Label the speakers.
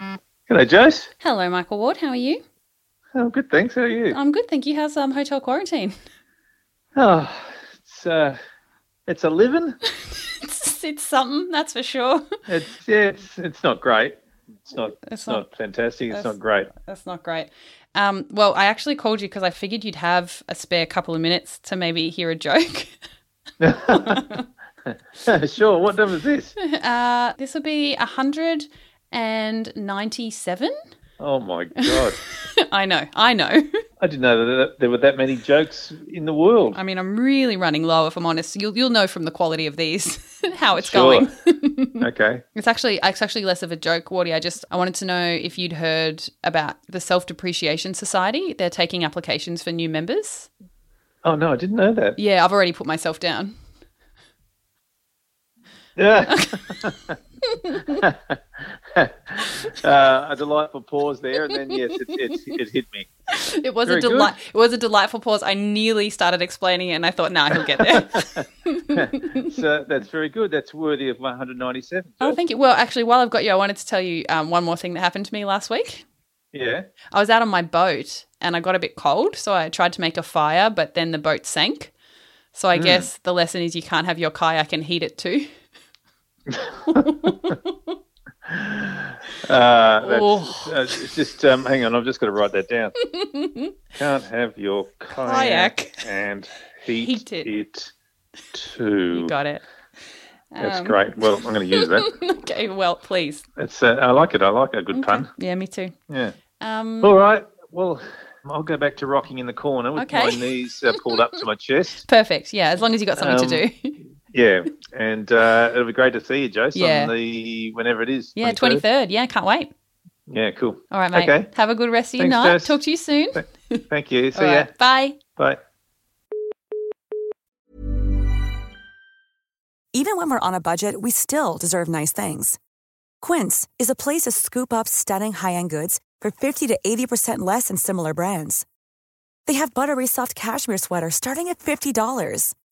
Speaker 1: Hello, Joyce.
Speaker 2: Hello, Michael Ward. How are you?
Speaker 1: Oh, good, thanks. How are you?
Speaker 2: I'm good, thank you. How's um hotel quarantine?
Speaker 1: Oh, it's uh, it's a living.
Speaker 2: it's, it's something, that's for sure.
Speaker 1: It's yeah, it's it's not great. It's not. It's
Speaker 2: not-
Speaker 1: not, fantastic. It's
Speaker 2: that's-
Speaker 1: not great.
Speaker 2: That's not great. Um, well, I actually called you because I figured you'd have a spare couple of minutes to maybe hear a joke.
Speaker 1: sure. What number is this?
Speaker 2: Uh, this will be 197.
Speaker 1: Oh my god!
Speaker 2: I know, I know.
Speaker 1: I didn't know that there were that many jokes in the world.
Speaker 2: I mean, I'm really running low if I'm honest. You'll, you'll know from the quality of these how it's
Speaker 1: Sure.
Speaker 2: going.
Speaker 1: Okay.
Speaker 2: It's actually it's actually less of a joke, Wardy. I just I wanted to know if you'd heard about the Self Depreciation Society. They're taking applications for new members.
Speaker 1: Oh no, I didn't know that.
Speaker 2: Yeah, I've already put myself down.
Speaker 1: Yeah. uh, a delightful pause there, and then yes, it, it, it hit me.
Speaker 2: It was
Speaker 1: Very
Speaker 2: a
Speaker 1: good.
Speaker 2: delight. It was a delightful pause. I nearly started explaining it, and I thought, nah, he'll get there.
Speaker 1: So that's very good. That's worthy of 197.
Speaker 2: oh, thank you. Well, actually, while I've got you, I wanted to tell you um, one more thing that happened to me last week.
Speaker 1: Yeah.
Speaker 2: I was out on my boat, and I got a bit cold, so I tried to make a fire, but then the boat sank. So
Speaker 1: Hmm.
Speaker 2: I guess the lesson is you can't have your kayak and heat it too.
Speaker 1: Uh, that's,
Speaker 2: Oh.
Speaker 1: uh, it's just um, hang on. I've just got to write that down. Can't have your kayak,
Speaker 2: Kayak.
Speaker 1: and heat,
Speaker 2: Heat it.
Speaker 1: it. too.
Speaker 2: You got it.
Speaker 1: That's
Speaker 2: Um,
Speaker 1: great. Well, I'm going to use that.
Speaker 2: okay, well, please.
Speaker 1: It's, uh, I like it. I like a good pun.
Speaker 2: Yeah, me too.
Speaker 1: Yeah.
Speaker 2: Um,
Speaker 1: All right. Well, I'll go back to rocking in the corner with
Speaker 2: Okay.
Speaker 1: my knees uh, pulled up to my chest.
Speaker 2: perfect. Yeah, as long as you got something to
Speaker 1: Um,
Speaker 2: do.
Speaker 1: Yeah, and uh, it'll be great to see you, Jason.
Speaker 2: Yeah.
Speaker 1: On the whenever it is.
Speaker 2: yeah, twenty third. Yeah, can't wait.
Speaker 1: Yeah, cool.
Speaker 2: All right, mate.
Speaker 1: Okay.
Speaker 2: Have a good rest of your
Speaker 1: Thanks,
Speaker 2: night.
Speaker 1: Jess.
Speaker 2: Talk to you soon.
Speaker 1: Thank you. See
Speaker 2: All
Speaker 1: ya.
Speaker 2: right, Bye.
Speaker 1: Bye.
Speaker 3: Even when we're on a budget, we still deserve nice things. Quince is a place to scoop up stunning high end goods for 50 to 80% less than similar brands. They have buttery soft cashmere sweaters starting at $50,